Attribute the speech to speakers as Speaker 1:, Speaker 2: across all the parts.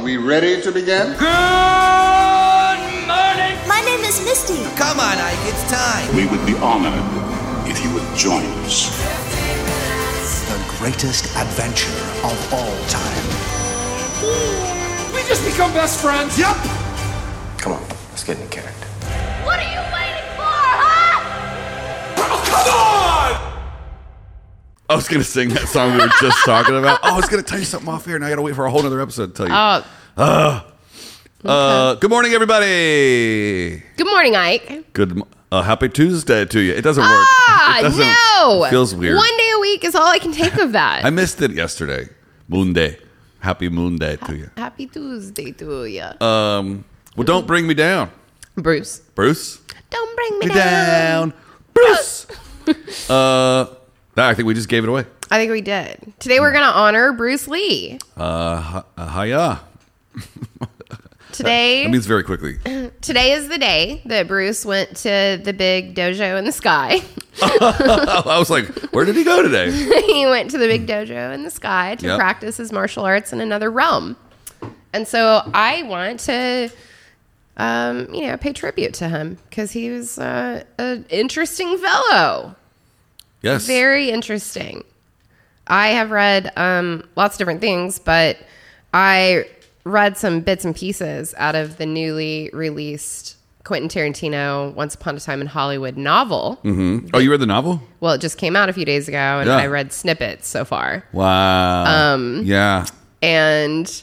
Speaker 1: we ready to begin?
Speaker 2: My name is Misty.
Speaker 3: Come on, Ike, it's time.
Speaker 4: We would be honored if you would join us.
Speaker 5: the greatest adventure of all time.
Speaker 6: We just become best friends. Yep.
Speaker 7: Come on, let's get in character.
Speaker 2: What are you waiting for, huh?
Speaker 8: I was gonna sing that song we were just talking about. Oh, I was gonna tell you something off here, and I gotta wait for a whole other episode to tell you.
Speaker 9: Oh,
Speaker 8: Uh, good morning, everybody.
Speaker 9: good morning, Ike.
Speaker 8: Good, mo- uh, happy Tuesday to you. It doesn't work.
Speaker 9: Ah,
Speaker 8: It doesn't-
Speaker 9: no.
Speaker 8: it feels weird.
Speaker 9: One day a week is all I can take of that.
Speaker 8: I missed it yesterday. Moon day. Happy moon day to you.
Speaker 9: Happy Tuesday to you,
Speaker 8: Um, well, don't bring me down,
Speaker 9: Bruce.
Speaker 8: Bruce.
Speaker 9: Don't bring me
Speaker 8: Me
Speaker 9: down.
Speaker 8: down, Bruce. uh, no, I think we just gave it away.
Speaker 9: I think we did. Today we're gonna honor Bruce Lee.
Speaker 8: Uh, hiya.
Speaker 9: Today,
Speaker 8: That means very quickly.
Speaker 9: today is the day that Bruce went to the big dojo in the sky.
Speaker 8: I was like, where did he go today?
Speaker 9: he went to the big dojo in the sky to
Speaker 8: Yep.
Speaker 9: practice his martial arts in another realm. And so I want to, um, you know, pay tribute to him because he was uh, an interesting fellow.
Speaker 8: Yes.
Speaker 9: Very interesting. I have read um, lots of different things, but I read some bits and pieces out of the newly released Quentin Tarantino Once Upon a Time in Hollywood novel.
Speaker 8: Oh, you read the novel?
Speaker 9: Well, it just came out a few days ago, and
Speaker 8: Yeah.
Speaker 9: I read snippets so far.
Speaker 8: Wow. Um, yeah.
Speaker 9: and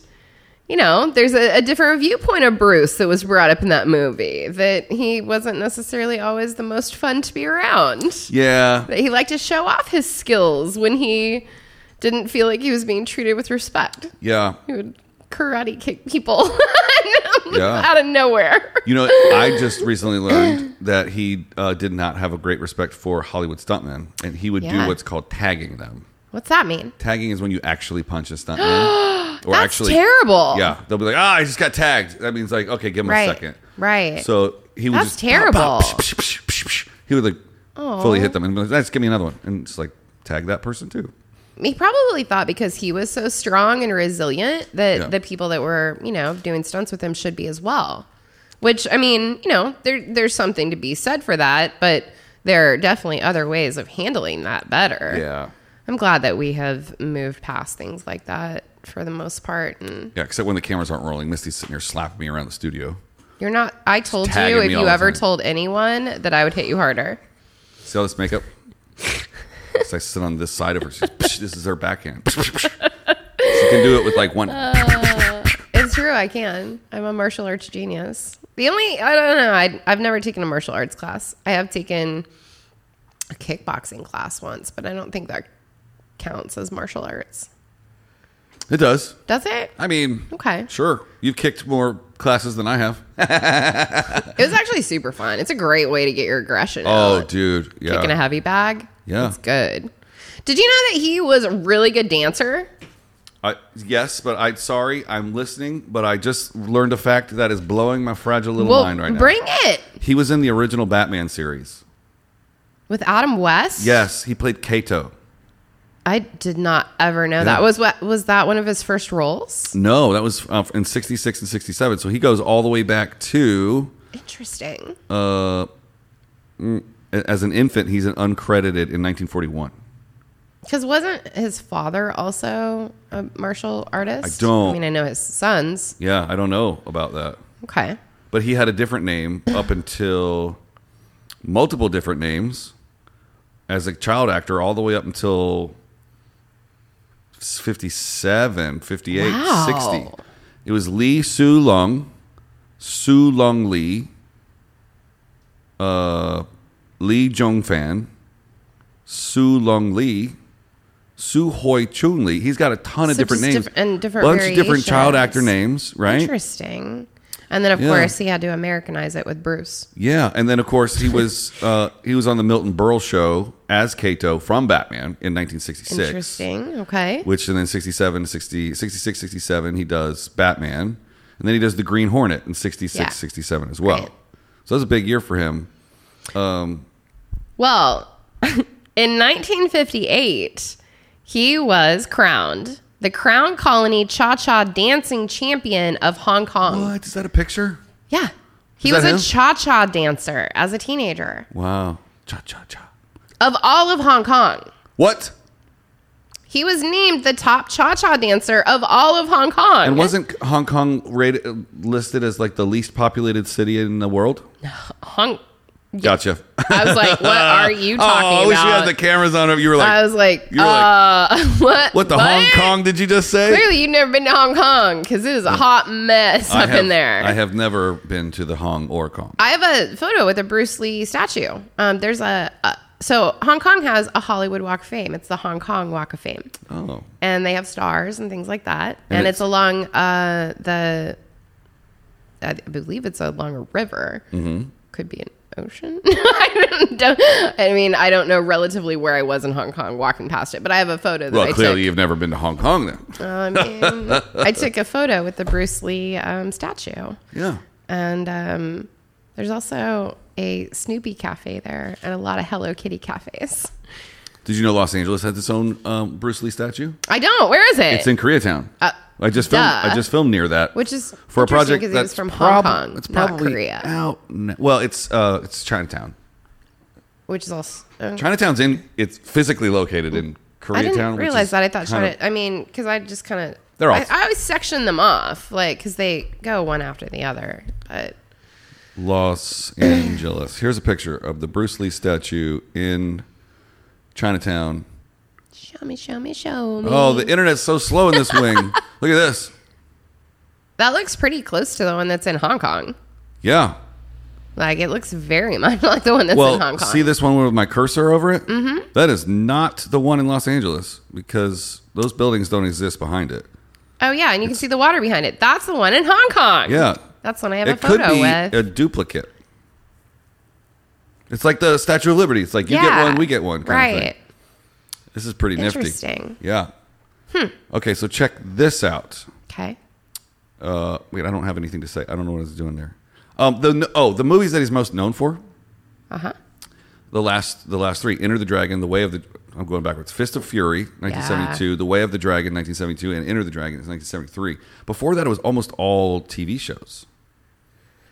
Speaker 9: you know there's a, a different viewpoint of bruce that was brought up in that movie that he wasn't necessarily always the most fun to be around
Speaker 8: Yeah.
Speaker 9: that he liked to show off his skills when he didn't feel like he was being treated with respect
Speaker 8: Yeah.
Speaker 9: he would karate kick people
Speaker 8: Yeah.
Speaker 9: out of nowhere
Speaker 8: You know, I just recently learned that he uh, did not have a great respect for Hollywood stuntmen, and he would do
Speaker 9: Yeah.
Speaker 8: what's called tagging them.
Speaker 9: what's that mean
Speaker 8: Tagging is when you actually punch a stuntman, or
Speaker 9: That's terrible.
Speaker 8: Yeah, they'll be like, "Ah, I just got tagged." That means like, okay, give him
Speaker 9: Right.
Speaker 8: a second.
Speaker 9: Right.
Speaker 8: So he would
Speaker 9: That's
Speaker 8: just pop, pop,
Speaker 9: terrible.
Speaker 8: psh, psh, psh, psh, psh. He would like fully hit them and be like, "Let's give me another one," and just like tag that person too.
Speaker 9: he probably thought because he was so strong and resilient that
Speaker 8: Yeah.
Speaker 9: the people that were you know doing stunts with him should be as well which i mean you know there there's something to be said for that but there are definitely other ways of handling that better
Speaker 8: Yeah.
Speaker 9: i'm glad that we have moved past things like that for the most part and
Speaker 8: Yeah, except when the cameras aren't rolling, Misty's sitting here slapping me around the studio.
Speaker 9: you're not i told
Speaker 8: tagging
Speaker 9: you if
Speaker 8: me all
Speaker 9: you
Speaker 8: the
Speaker 9: ever
Speaker 8: time.
Speaker 9: told anyone that i would hit you harder
Speaker 8: See all this makeup? so I sit on this side of her. She's, "Psh, this is her backhand. Psh, psh, psh." she can do it with like one.
Speaker 9: Uh. It's true. I can. I'm a martial arts genius. The only I don't know. I, I've never taken a martial arts class. I have taken a kickboxing class once, but I don't think that counts as martial arts.
Speaker 8: it does.
Speaker 9: Does it?
Speaker 8: I mean,
Speaker 9: Okay.
Speaker 8: sure. You've kicked more classes than I have.
Speaker 9: It was actually super fun. It's a great way to get your aggression.
Speaker 8: Oh,
Speaker 9: out.
Speaker 8: dude. Yeah.
Speaker 9: Kicking a heavy bag.
Speaker 8: Yeah.
Speaker 9: it's good. Did you know that he was a really good dancer?
Speaker 8: I, yes, but I'm sorry. I'm listening, but I just learned a fact that is blowing my fragile little
Speaker 9: Well,
Speaker 8: mind right now.
Speaker 9: bring it
Speaker 8: He was in the original Batman series.
Speaker 9: with Adam West.
Speaker 8: Yes, he played Kato.
Speaker 9: I did not ever know that was what was that one of his first roles.
Speaker 8: No, that was uh, in 66 and 67. So he goes all the way back to
Speaker 9: Interesting.
Speaker 8: as an infant, he's an uncredited in 1941.
Speaker 9: Because wasn't his father also a martial artist?
Speaker 8: I don't.
Speaker 9: I mean, I know his sons.
Speaker 8: Yeah, I don't know about that.
Speaker 9: Okay.
Speaker 8: But he had a different name up until multiple different names as a child actor all the way up until 57, 58,
Speaker 9: Wow.
Speaker 8: 60. It was Lee Su Lung, Su Lung Lee, uh, Lee Jong Fan, Su Lung Lee, Su Hoi Chun Lee. He's got a ton of
Speaker 9: So
Speaker 8: different
Speaker 9: just
Speaker 8: names
Speaker 9: diff- and different
Speaker 8: bunch of different child
Speaker 9: variations.
Speaker 8: actor names, right?
Speaker 9: Interesting. And then, of
Speaker 8: Yeah.
Speaker 9: course, he had to Americanize it with Bruce.
Speaker 8: Yeah, and then of course he was uh, he was on the Milton Berle show as Kato from Batman in 1966.
Speaker 9: Interesting. Okay.
Speaker 8: Which and then 67, 60, 66, 67 he does Batman, and then he does the Green Hornet in 66,
Speaker 9: Yeah.
Speaker 8: 67 as well.
Speaker 9: Right.
Speaker 8: So that was a big year for him.
Speaker 9: Well, in 1958, he was crowned the Crown Colony Cha Cha Dancing Champion of Hong Kong.
Speaker 8: What is that? A picture?
Speaker 9: Yeah. He
Speaker 8: Is
Speaker 9: was
Speaker 8: that
Speaker 9: a
Speaker 8: him?
Speaker 9: cha cha dancer as a teenager
Speaker 8: Wow. Cha cha cha.
Speaker 9: of all of Hong Kong.
Speaker 8: What?
Speaker 9: He was named the top cha cha dancer of all of Hong Kong.
Speaker 8: And wasn't Hong Kong rated, listed as like the least populated city in the world?
Speaker 9: Hong.
Speaker 8: Gotcha.
Speaker 9: I was like, what are you
Speaker 8: oh,
Speaker 9: talking
Speaker 8: I wish
Speaker 9: about?
Speaker 8: you had the cameras on. You were like,
Speaker 9: I was like,
Speaker 8: you were
Speaker 9: uh, what?
Speaker 8: what the Hong Kong did you just say?
Speaker 9: Clearly, you've never been to Hong Kong because it is a hot mess
Speaker 8: I
Speaker 9: up
Speaker 8: have-
Speaker 9: in there.
Speaker 8: I have never been to the Hong or Kong.
Speaker 9: I have a photo with a Bruce Lee statue. Um, there's a, a so Hong Kong has a Hollywood Walk of Fame. It's the Hong Kong Walk of Fame.
Speaker 8: Oh.
Speaker 9: and they have stars and things like that. And,
Speaker 8: And
Speaker 9: it's,
Speaker 8: it's-
Speaker 9: along uh, the, I believe it's along a river. Mm-hmm. Could be an ocean. I don't, don't- I mean, I don't know relatively where I was in Hong Kong walking past it, but I have a photo that
Speaker 8: Well,
Speaker 9: I
Speaker 8: clearly
Speaker 9: took.
Speaker 8: you've never been to Hong Kong then.
Speaker 9: I mean, I took a photo with the Bruce Lee um, statue,
Speaker 8: Yeah.
Speaker 9: and um, there's also a Snoopy cafe there and a lot of Hello Kitty cafes.
Speaker 8: Did you know Los Angeles has its own um, Bruce Lee statue?
Speaker 9: I don't. Where is it?
Speaker 8: It's in Koreatown.
Speaker 9: Uh,
Speaker 8: I just filmed,
Speaker 9: duh.
Speaker 8: I just filmed near that,
Speaker 9: Which is
Speaker 8: for a
Speaker 9: interesting
Speaker 8: project
Speaker 9: 'cause it
Speaker 8: that's
Speaker 9: was from Hong
Speaker 8: prob-
Speaker 9: Kong,
Speaker 8: It's
Speaker 9: not
Speaker 8: probably
Speaker 9: Korea.
Speaker 8: out. n- Well, it's uh, it's Chinatown.
Speaker 9: which is also
Speaker 8: Chinatown's in. It's physically located in Koreatown.
Speaker 9: I didn't
Speaker 8: which
Speaker 9: realize
Speaker 8: is
Speaker 9: that. I thought
Speaker 8: kind
Speaker 9: China.
Speaker 8: of-
Speaker 9: I mean, because I just kind of
Speaker 8: They're all-
Speaker 9: I, I always section them off, like because they go one after the other. But
Speaker 8: Los Angeles. Here's a picture of the Bruce Lee statue in Chinatown.
Speaker 9: show me, show me, show me.
Speaker 8: Oh, the internet's so slow in this wing. Look at this.
Speaker 9: that looks pretty close to the one that's in Hong Kong.
Speaker 8: Yeah.
Speaker 9: Like it looks very much like the one that's in Hong
Speaker 8: Well,
Speaker 9: Kong.
Speaker 8: see this one with my cursor over it? Mm-hmm. is not the one in Los Angeles because those buildings don't exist behind it.
Speaker 9: oh yeah, and you can see the water behind it. That's the one in Hong Kong.
Speaker 8: Yeah.
Speaker 9: that's the one I have a
Speaker 8: It could
Speaker 9: photo
Speaker 8: be uh,
Speaker 9: with.
Speaker 8: a duplicate. It's like the Statue of Liberty. It's like you
Speaker 9: Yeah.
Speaker 8: get one, we get one. Kind Of
Speaker 9: right.
Speaker 8: thing. This is pretty nifty.
Speaker 9: Interesting.
Speaker 8: Yeah. Hmm. Okay, so check this out.
Speaker 9: Okay.
Speaker 8: Uh, wait, I don't have anything to say. I don't know what I was doing there. Um, the oh, the movies that he's most known for. Uh huh.
Speaker 9: Uh-huh.
Speaker 8: The last, the last three: Enter the Dragon, The Way of the. I'm going backwards. Fist of Fury, 1972. The Way of the Dragon, 1972, and Enter the Dragon is 1973. Before that, it was almost all TV shows.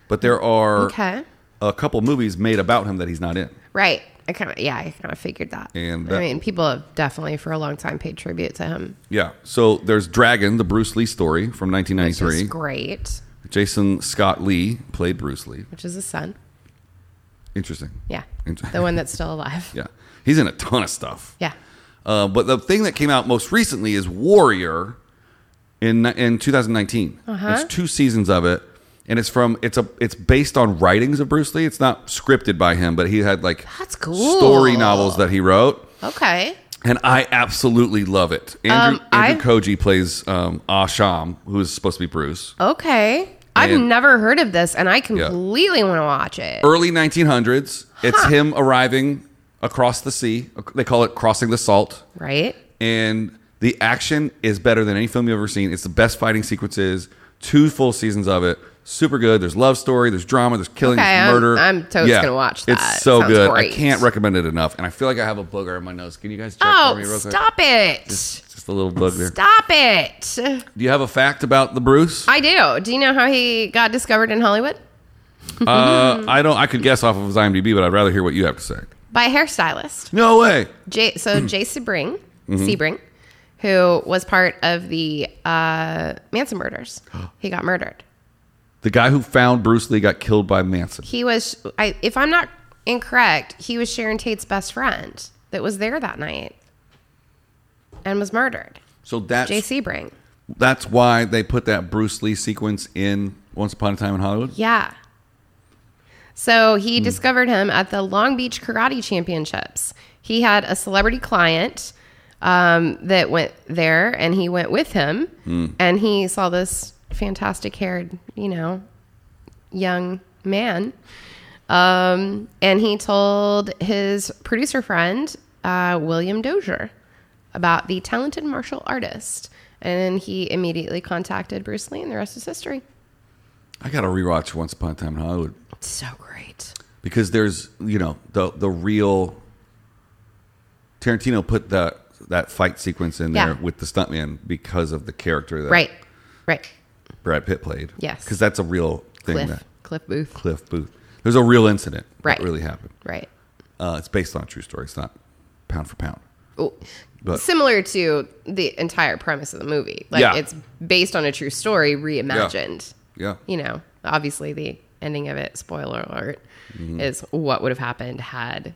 Speaker 8: But there are
Speaker 9: Okay.
Speaker 8: a couple movies made about him that he's not in.
Speaker 9: Right. I kind of yeah, I kind of figured that.
Speaker 8: And
Speaker 9: I
Speaker 8: that-
Speaker 9: mean, people have definitely for a long time paid tribute to him.
Speaker 8: Yeah. So there's Dragon, the Bruce Lee story from
Speaker 9: Which is
Speaker 8: 1993.
Speaker 9: great.
Speaker 8: Jason Scott Lee played Bruce Lee.
Speaker 9: Which is his son.
Speaker 8: Interesting.
Speaker 9: Yeah.
Speaker 8: Interesting.
Speaker 9: The one that's still alive.
Speaker 8: Yeah. He's in a ton of stuff.
Speaker 9: Yeah.
Speaker 8: Uh, but the thing that came out most recently is Warrior in in 2019.
Speaker 9: Uh-huh.
Speaker 8: There's two seasons of it, and it's from it's a it's based on writings of Bruce Lee. It's not scripted by him, but he had like
Speaker 9: That's cool.
Speaker 8: story novels that he wrote,
Speaker 9: Okay.
Speaker 8: and I absolutely love it. Andrew,
Speaker 9: Um, I-
Speaker 8: Andrew Koji plays um, Asham, who is supposed to be Bruce.
Speaker 9: Okay. I've
Speaker 8: And- Er,
Speaker 9: never heard of this and I completely want to watch it.
Speaker 8: early 1900s. It's him arriving across the sea. They call it crossing the salt.
Speaker 9: Right?
Speaker 8: And the action is better than any film you've ever seen. It's the best fighting sequences. Two full seasons of it. Super good. There's love story. There's drama. There's killing.
Speaker 9: Okay,
Speaker 8: there's
Speaker 9: I'm-
Speaker 8: murder.
Speaker 9: I'm totes gonna watch that.
Speaker 8: It's so
Speaker 9: Sounds
Speaker 8: good.
Speaker 9: great.
Speaker 8: I can't recommend it enough. And I feel like I have a booger in my nose. Can you guys check for
Speaker 9: Oh,
Speaker 8: me real quick?
Speaker 9: stop it.
Speaker 8: Just a little bug there.
Speaker 9: Stop it.
Speaker 8: Do you have a fact about the Bruce?
Speaker 9: I do. Do you know how he got discovered in Hollywood?
Speaker 8: Uh, I don't. I could guess off of his IMDb, but I'd rather hear what you have to say.
Speaker 9: By a hairstylist.
Speaker 8: No way.
Speaker 9: Jay,
Speaker 8: Hmm.
Speaker 9: so Jay Sebring,
Speaker 8: Mm-hmm.
Speaker 9: Sebring, who was part of the uh, Manson murders. He got murdered.
Speaker 8: The guy who found Bruce Lee got killed by Manson.
Speaker 9: He was, I, if I'm not incorrect, he was Sharon Tate's best friend that was there that night and was murdered.
Speaker 8: So that's
Speaker 9: Jay Sebring.
Speaker 8: that's why they put that Bruce Lee sequence in Once Upon a Time in Hollywood.
Speaker 9: Yeah. So he discovered him at the Long Beach Karate Championships. He had a celebrity client um, that went there, and he went with him, and he saw this fantastic-haired, you know, young man, um, and he told his producer friend uh, William Dozier about the talented martial artist, and he immediately contacted Bruce Lee, and the rest is history.
Speaker 8: I got to rewatch Once Upon a Time in Hollywood
Speaker 9: So great.
Speaker 8: because there's you know the the real Tarantino put that that fight sequence in there
Speaker 9: Yeah.
Speaker 8: with the stuntman because of the character that
Speaker 9: Right. Right.
Speaker 8: Brad Pitt played.
Speaker 9: Yes.
Speaker 8: because that's a real thing.
Speaker 9: Cliff.
Speaker 8: That
Speaker 9: Cliff Booth.
Speaker 8: Cliff Booth. There's a real incident
Speaker 9: Right.
Speaker 8: that really happened.
Speaker 9: Right.
Speaker 8: Uh, it's based on a true story. It's not pound for pound.
Speaker 9: Oh.
Speaker 8: But-
Speaker 9: Similar to the entire premise of the movie. Like
Speaker 8: Yeah.
Speaker 9: it's based on a true story reimagined.
Speaker 8: Yeah.
Speaker 9: You know, obviously the ending of it, spoiler alert,
Speaker 8: Mm-hmm.
Speaker 9: is what would have happened had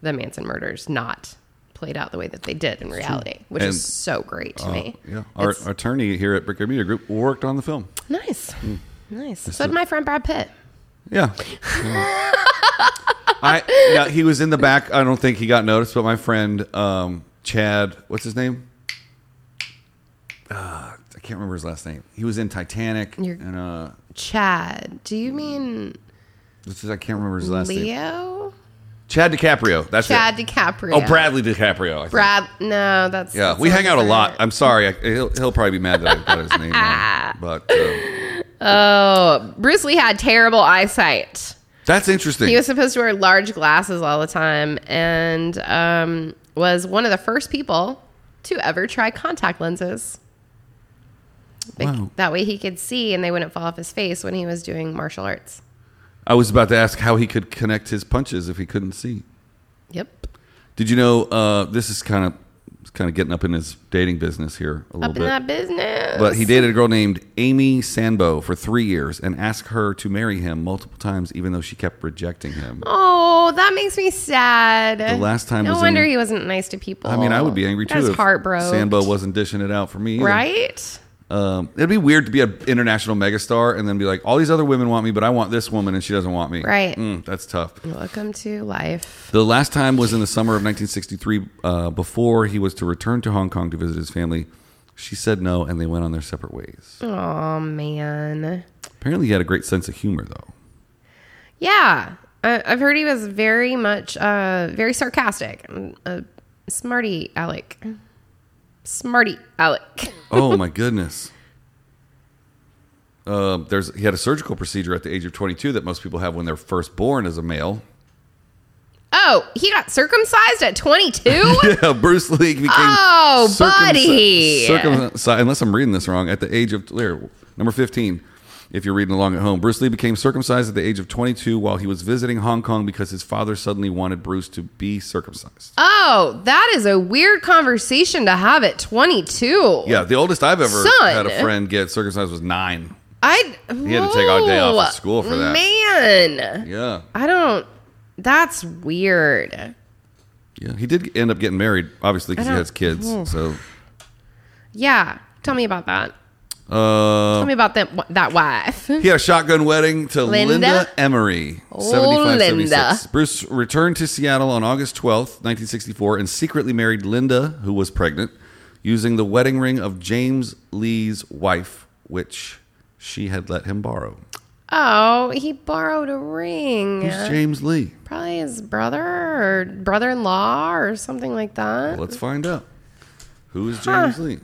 Speaker 9: the Manson murders not played out the way that they did in reality, which
Speaker 8: And,
Speaker 9: is so great to
Speaker 8: Uh,
Speaker 9: me.
Speaker 8: yeah. Our,
Speaker 9: It's-
Speaker 8: our attorney here at Bricker Media Group worked on the film.
Speaker 9: nice.
Speaker 8: Mm.
Speaker 9: Nice. So did my friend Brad Pitt.
Speaker 8: Yeah. I yeah, he was in the back. I don't think he got noticed, but my friend um, Chad, what's his name? Uh, I can't remember his last name. He was in Titanic,
Speaker 9: You're-
Speaker 8: and uh,
Speaker 9: Chad, do you mean
Speaker 8: this is, Mm, I can't remember his last name.
Speaker 9: Leo?
Speaker 8: Chad DiCaprio. That's
Speaker 9: Chad
Speaker 8: it.
Speaker 9: DiCaprio.
Speaker 8: Oh, Bradley DiCaprio. I think.
Speaker 9: Brad, no, that's
Speaker 8: Yeah,
Speaker 9: that's
Speaker 8: we hang out a lot.
Speaker 9: different.
Speaker 8: I'm sorry. I, he'll, he'll probably be mad that I got his name wrong. But uh,
Speaker 9: Bruce Lee had terrible eyesight.
Speaker 8: that's interesting.
Speaker 9: He was supposed to wear large glasses all the time, and um, was one of the first people to ever try contact lenses. Like,
Speaker 8: Wow.
Speaker 9: That way he could see, and they wouldn't fall off his face when he was doing martial arts.
Speaker 8: I was about to ask how he could connect his punches if he couldn't see.
Speaker 9: Yep.
Speaker 8: Did you know uh, this is kind of kind of getting up in his dating business here a little
Speaker 9: Up
Speaker 8: bit?
Speaker 9: in that business.
Speaker 8: but he dated a girl named Amy Sanbo for three years and asked her to marry him multiple times, even though she kept rejecting him.
Speaker 9: Oh, that makes me sad. The
Speaker 8: last time
Speaker 9: No
Speaker 8: was in-
Speaker 9: wonder he wasn't nice to people.
Speaker 8: I mean, I would be angry
Speaker 9: That
Speaker 8: too
Speaker 9: was
Speaker 8: if
Speaker 9: heartbroken.
Speaker 8: Sanbo wasn't dishing it out for me. either.
Speaker 9: right?
Speaker 8: Um, it'd be weird to be an international megastar and then be like, all these other women want me, but I want this woman and she doesn't want me.
Speaker 9: Right.
Speaker 8: Mm, that's tough.
Speaker 9: Welcome to life.
Speaker 8: The last time was in the summer of 1963, uh, before he was to return to Hong Kong to visit his family. She said no, and they went on their separate ways.
Speaker 9: Oh man.
Speaker 8: Apparently, he had a great sense of humor, though.
Speaker 9: Yeah, I, I've heard he was very much, uh, very sarcastic, and a smarty Alec, smarty Alec.
Speaker 8: Oh my goodness. Uh, there's he had a surgical procedure at the age of 22 that most people have when they're first born as a male.
Speaker 9: Oh, he got circumcised at 22.
Speaker 8: Yeah, Bruce Lee became
Speaker 9: Oh,
Speaker 8: circumci-
Speaker 9: buddy.
Speaker 8: circumcised. Unless I'm reading this wrong, at the age of here, number 15. If you're reading along at home, Bruce Lee became circumcised at the age of 22 while he was visiting Hong Kong because his father suddenly wanted Bruce to be circumcised.
Speaker 9: oh, that is a weird conversation to have at 22.
Speaker 8: yeah, the oldest I've ever
Speaker 9: Son.
Speaker 8: had a friend get circumcised was nine.
Speaker 9: I
Speaker 8: He had to take our day off of school for that.
Speaker 9: Man,
Speaker 8: Yeah,
Speaker 9: I don't. That's weird.
Speaker 8: yeah. He did end up getting married, obviously, because
Speaker 9: I
Speaker 8: he
Speaker 9: don't-
Speaker 8: has kids. So
Speaker 9: Yeah, tell me about that.
Speaker 8: uh, Um,
Speaker 9: Tell me about that that wife.
Speaker 8: He had a shotgun wedding to Linda,
Speaker 9: Linda?
Speaker 8: Emery.
Speaker 9: Oh,
Speaker 8: 75,
Speaker 9: Linda.
Speaker 8: 76. Bruce returned to Seattle on August 12th, 1964, and secretly married Linda, who was pregnant, using the wedding ring of James Lee's wife, which she had let him borrow.
Speaker 9: Oh, he borrowed a ring.
Speaker 8: Who's James Lee?
Speaker 9: Probably his brother or brother-in-law or something like that.
Speaker 8: Let's find out. Who is James Lee?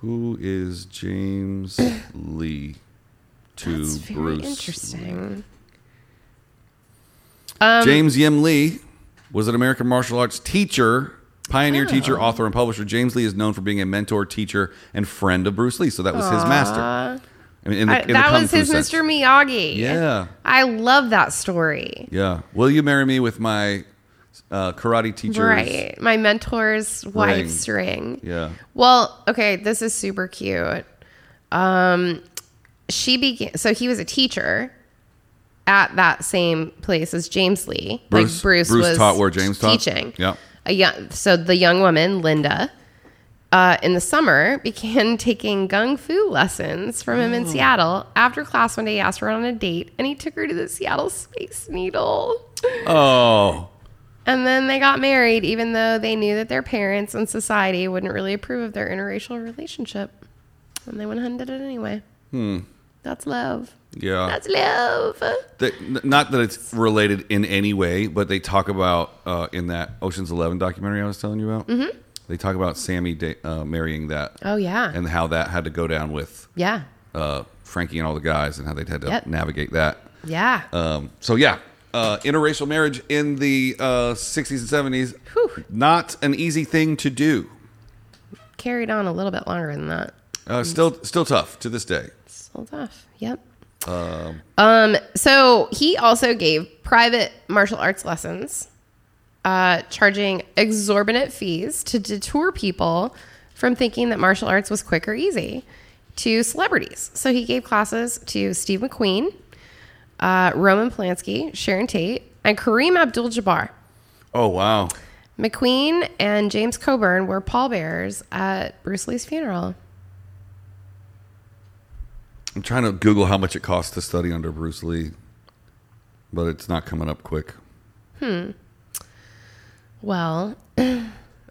Speaker 8: Who is James Lee to
Speaker 9: That's very
Speaker 8: Bruce?
Speaker 9: interesting. Um,
Speaker 8: James Yim Lee was an American martial arts teacher,
Speaker 9: Oh.
Speaker 8: pioneer teacher, author, and publisher. James Lee is known for being a mentor, teacher, and friend of Bruce Lee. So that was his master. I mean, in the-
Speaker 9: I-
Speaker 8: in the
Speaker 9: that
Speaker 8: Kung
Speaker 9: was
Speaker 8: Fu
Speaker 9: his
Speaker 8: sense.
Speaker 9: Mr. Miyagi.
Speaker 8: Yeah.
Speaker 9: I love that story.
Speaker 8: Yeah. Will you marry me with my uh, karate teacher's
Speaker 9: Right. My mentor's wife's ring.
Speaker 8: Yeah.
Speaker 9: Well, okay, this is super cute. Um she began so he was a teacher at that same place as James Lee.
Speaker 8: Bruce-
Speaker 9: like Bruce,
Speaker 8: Bruce
Speaker 9: was
Speaker 8: taught where James taught?
Speaker 9: teaching.
Speaker 8: Yep.
Speaker 9: A young, so the young woman, Linda, uh, in the summer began taking gung fu lessons from him in Seattle. After class one day, he asked her on a date and he took her to the Seattle Space Needle.
Speaker 8: Oh.
Speaker 9: And then they got married, even though they knew that their parents and society wouldn't really approve of their interracial relationship. And they went ahead and did it anyway. Hmm. That's love.
Speaker 8: Yeah.
Speaker 9: That's love.
Speaker 8: They- n- not that it's related in any way, but they talk about uh, in that Ocean's Eleven documentary I was telling you about. Mm-hmm. They talk about Sammy da- uh, marrying that.
Speaker 9: Oh, yeah.
Speaker 8: and how that had to go down with
Speaker 9: yeah.
Speaker 8: uh, Frankie and all the guys, and how they had to
Speaker 9: Yep.
Speaker 8: navigate that.
Speaker 9: Yeah.
Speaker 8: Um, so yeah, uh, interracial marriage in the uh, 60s and 70s, not an easy thing to do.
Speaker 9: Carried on a little bit longer than that.
Speaker 8: Uh, still, still tough to this day.
Speaker 9: Still tough. Yep. Um, so he also gave private martial arts lessons, uh, charging exorbitant fees to detour people from thinking that martial arts was quick or easy to celebrities. So he gave classes to Steve McQueen, uh, Roman Polanski, Sharon Tate, and Kareem Abdul Jabbar.
Speaker 8: Oh wow!
Speaker 9: McQueen and James Coburn were pallbearers at Bruce Lee's funeral.
Speaker 8: I'm trying to Google how much it costs to study under Bruce Lee, but it's not coming up quick.
Speaker 9: Well, I,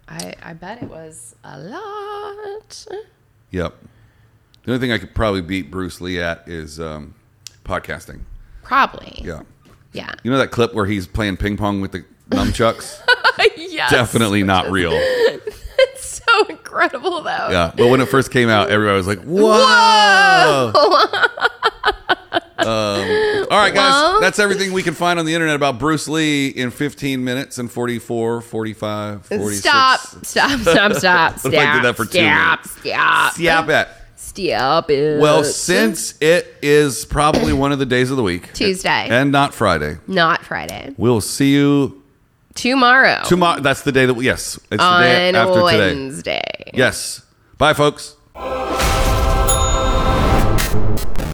Speaker 9: I bet it was a lot.
Speaker 8: Yep. The only thing I could probably beat Bruce Lee at is um, podcasting.
Speaker 9: Probably.
Speaker 8: Yeah.
Speaker 9: Yeah.
Speaker 8: You know that clip where he's playing ping pong with the nunchucks?
Speaker 9: Yes.
Speaker 8: Definitely not real.
Speaker 9: So incredible, though.
Speaker 8: Yeah. But when it first came out, everybody was like, whoa. um, all right, guys.
Speaker 9: Well-
Speaker 8: That's everything we can find on the internet about Bruce Lee in 15 minutes and 44, 45, 46.
Speaker 9: Stop. Stop. Stop. Stop. Stop.
Speaker 8: What if I did that for two
Speaker 9: stop. Stop.
Speaker 8: Yeah, I bet.
Speaker 9: Stop it.
Speaker 8: Well, since it is probably one of the days of the week,
Speaker 9: Tuesday.
Speaker 8: and not Friday,
Speaker 9: not Friday.
Speaker 8: we'll see you
Speaker 9: Tomorrow.
Speaker 8: tomorrow. That's the day that we, yes, it's the
Speaker 9: on
Speaker 8: day after today.
Speaker 9: Wednesday.
Speaker 8: Yes. Bye, folks.